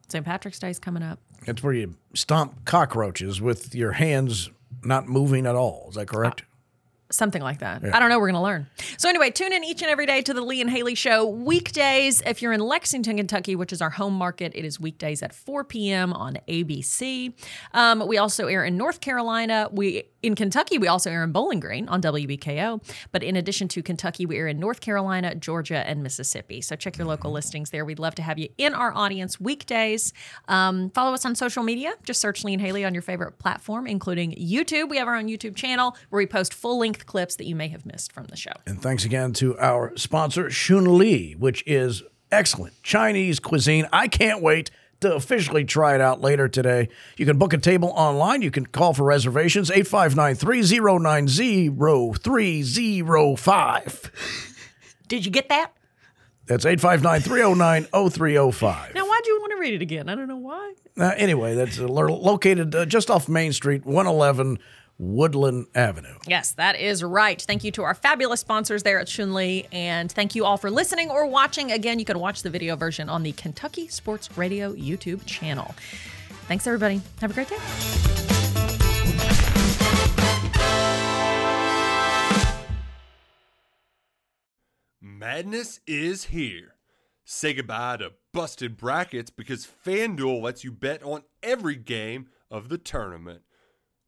[SPEAKER 2] St. Patrick's Day is coming up.
[SPEAKER 3] That's where you stomp cockroaches with your hands not moving at all. Is that correct?
[SPEAKER 2] Something like that. I don't know. We're going to learn. So, anyway, tune in each and every day to the Lee and Haley Show weekdays. If you're in Lexington, Kentucky, which is our home market, it is weekdays at 4 p.m. on ABC. Um, we also air in North Carolina. We in Kentucky, we also air in Bowling Green on WBKO. But in addition to Kentucky, we air in North Carolina, Georgia, and Mississippi. So check your local listings there. We'd love to have you in our audience weekdays. Um, follow us on social media. Just search Lee and Haley on your favorite platform, including YouTube. We have our own YouTube channel where we post full length clips that you may have missed from the show.
[SPEAKER 3] And thanks again to our sponsor, Shun Li, which is excellent Chinese cuisine. I can't wait to officially try it out later today. You can book a table online. You can call for reservations, 859-309-0305.
[SPEAKER 2] Did you get that?
[SPEAKER 3] That's 859-309-0305.
[SPEAKER 2] Now, why'd you want to read it again? I don't know why.
[SPEAKER 3] Uh, anyway, that's uh, lo- located uh, just off Main Street, 111 Woodland Avenue.
[SPEAKER 2] Yes, that is right. Thank you to our fabulous sponsors there at Shunli, and thank you all for listening or watching. Again, you can watch the video version on the Kentucky Sports Radio YouTube channel. Thanks, everybody. Have a great day.
[SPEAKER 5] Madness is here. Say goodbye to busted brackets because FanDuel lets you bet on every game of the tournament.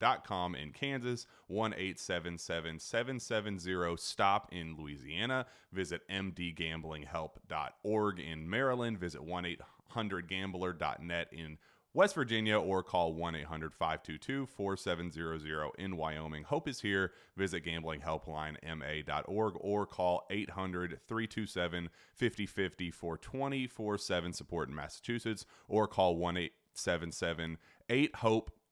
[SPEAKER 1] dot com in Kansas, 1-877-770 stop in Louisiana, visit mdgamblinghelp.org in Maryland, visit 1-800gambler.net in West Virginia or call 1-800-522-4700 in Wyoming. Hope is here. Visit gamblinghelplinema.org or call 800-327-5050 for 24/7 support in Massachusetts or call 1-877-8 hope